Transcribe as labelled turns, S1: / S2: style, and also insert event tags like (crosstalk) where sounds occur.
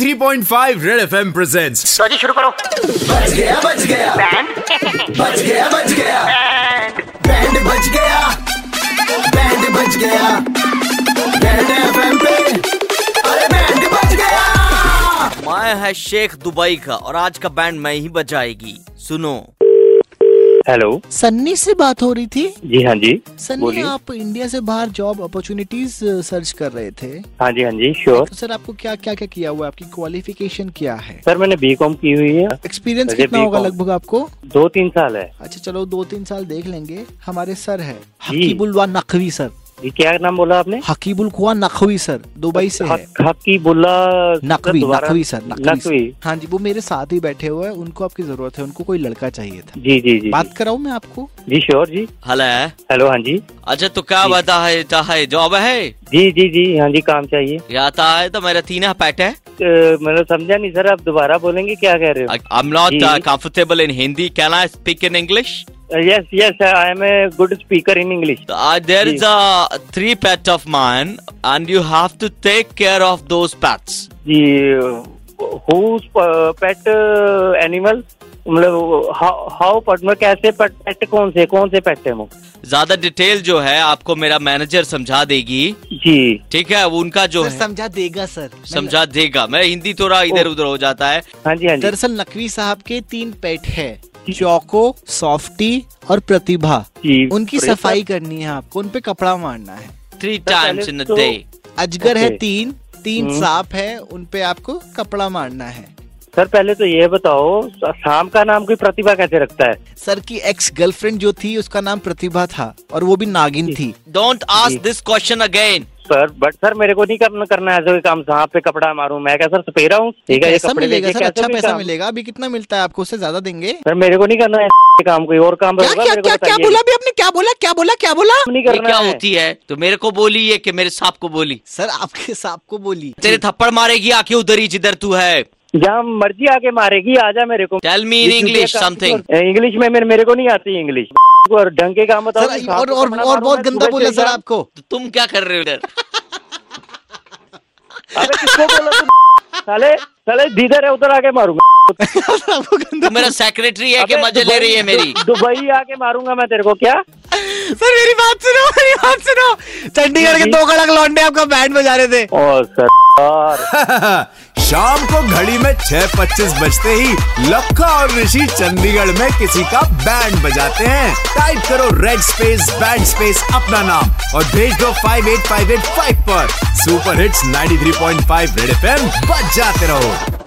S1: 93.5 Red FM presents
S2: लो जी शुरू करो
S3: बच गया बच गया
S2: बैंड
S3: बच गया बच गया बैंड बच गया बैंड बच गया बैंड एफएम पे अरे बैंड बच गया
S4: मैं है शेख दुबई का और आज का बैंड मैं ही बजाएगी सुनो
S5: हेलो
S6: सन्नी से बात हो रही थी
S5: जी हाँ जी
S6: सन्नी
S5: बोलिए
S6: आप इंडिया से बाहर जॉब अपॉर्चुनिटीज सर्च कर रहे थे
S5: हाँ जी हाँ जी श्योर
S6: तो सर आपको क्या क्या क्या किया हुआ है आपकी क्वालिफिकेशन क्या है
S5: सर मैंने बीकॉम की हुई है
S6: एक्सपीरियंस
S5: मुझे
S6: कितना होगा
S5: B.Com.
S6: लगभग आपको
S5: दो तीन साल है
S6: अच्छा चलो दो तीन साल देख लेंगे हमारे सर है हकीबुल वा नकवी सर
S5: जी क्या नाम बोला आपने
S6: हकीबुल खुआ नकवी सर दुबई से है
S5: हक- हकीबुल्ला
S6: नकवी
S5: दोबारा-
S6: नकवी सर नकवी
S5: नकवी
S6: सर। हाँ जी वो मेरे साथ ही बैठे हुए हैं उनको आपकी जरूरत है उनको कोई लड़का चाहिए था
S5: जी जी जी
S6: बात कराऊं मैं आपको
S5: जी श्योर जी
S4: हला है
S5: हेलो हाँ जी
S4: अच्छा तो क्या बता है ता है जॉब है
S5: जी जी जी हाँ जी काम चाहिए
S4: याता है तो मेरा तीन है पैट है
S5: अ, मैंने समझा नहीं सर आप दोबारा बोलेंगे क्या कह रहे
S4: आई एम नॉट
S5: जी।
S4: Comfortable in Hindi can I speak in English
S5: हो yes yes I am a good speaker in English
S4: तो आज देर
S5: जी।
S4: Is a three pet of mine and you have to take care of those pets
S5: जी whose pet animal मतलब how put में कैसे पेट कौन से कौन से पेट है वो
S4: ज्यादा डिटेल जो है आपको मेरा मैनेजर समझा देगी
S5: जी
S4: ठीक है वो उनका जो
S6: सर,
S4: है
S6: तो समझा देगा सर
S4: समझा देगा मेरा हिंदी थोड़ा इधर उधर हो जाता है
S5: हाँ जी हाँ जी
S6: दरअसल नकवी साहब के तीन पेट है चौको सॉफ्टी और प्रतिभा
S5: जी,
S6: उनकी
S5: प्रेशर-
S6: सफाई करनी है आपको उन पे कपड़ा मारना है
S4: थ्री
S5: सर,
S4: टाइम्स
S5: पहले
S4: इन अ
S5: तो-
S4: डे
S6: अजगर है
S5: ओके।
S6: तीन तीन
S5: हम्म।
S6: सांप है उन पे आपको कपड़ा मारना है
S5: सर पहले तो ये बताओ शाम का नाम कोई प्रतिभा कैसे रखता है
S6: सर की एक्स गर्लफ्रेंड जो थी उसका नाम प्रतिभा था और वो भी नागिन थी
S4: don't ask this question again
S5: sir but sir मेरे को नहीं करना करना है ऐसा कोई काम सांप पे कपड़ा मारूं मैं क्या सर सपेरा हूँ ठीक है ये
S6: पैसा
S5: कपड़े
S6: मिलेगा
S5: लेके
S6: सर
S5: कैसे
S6: अच्छा
S5: कोई
S6: पैसा
S5: काम-
S6: मिलेगा अभी कितना मिलता है आपको उससे ज्यादा देंगे
S5: सर मेरे को नहीं करना है ये काम कोई और काम
S6: क्या
S5: होगा
S6: क्या
S5: मेरे को
S6: क्या क्या
S5: बताइए।
S6: बोला अभी आपने क्या बोला क्या बोला क्या बोला
S5: (laughs) नहीं
S4: ये
S5: करना
S4: क्या
S5: है।
S4: होती है तो मेरे को बोली ये कि मेरे सांप को बोली
S6: सर आपके सांप को बोली
S4: तेरे थप्पड़ मारेगी आके उधर ही जिधर तू है
S5: जहाँ मर्जी आके मारेगी आजा मेरे को
S4: tell me in English something
S5: English में मेरे, मेरे को नहीं आती इंग्लिश और ढंग के काम बताओ कि
S6: सर
S5: सांप
S6: और
S5: पे
S6: और
S5: कपड़ा
S6: और
S5: मारूं,
S6: बहुत
S5: मैं
S6: गंदा
S5: सुबह
S6: बोला
S5: चल
S6: सर
S5: जाऊं।
S6: आपको
S4: तो तुम क्या कर रहे हो इधर
S5: (laughs) अरे किसको बोला तू? साले साले जिधर है उधर आके मारूंगा
S6: आपको गंदा
S4: तू तो मेरा सेक्रेटरी है कि
S5: अबे
S4: मजे ले रही है
S5: दुबई-
S4: मेरी
S5: दुबई आके मारूंगा मैं तेरे को क्या
S6: सर मेरी बात सुनो मेरी बात सुनो चंडीगढ़ के दो कड़क लौंडे आपका बैंड बजा रहे थे
S5: ओ सर यार
S1: शाम को घड़ी में 6:25 बजते ही लक्का और ऋषि चंडीगढ़ में किसी का बैंड बजाते हैं टाइप करो रेड स्पेस बैंड स्पेस अपना नाम और भेज दो 58585 पर सुपर हिट्स 93.5 रेड एफएम बजाते रहो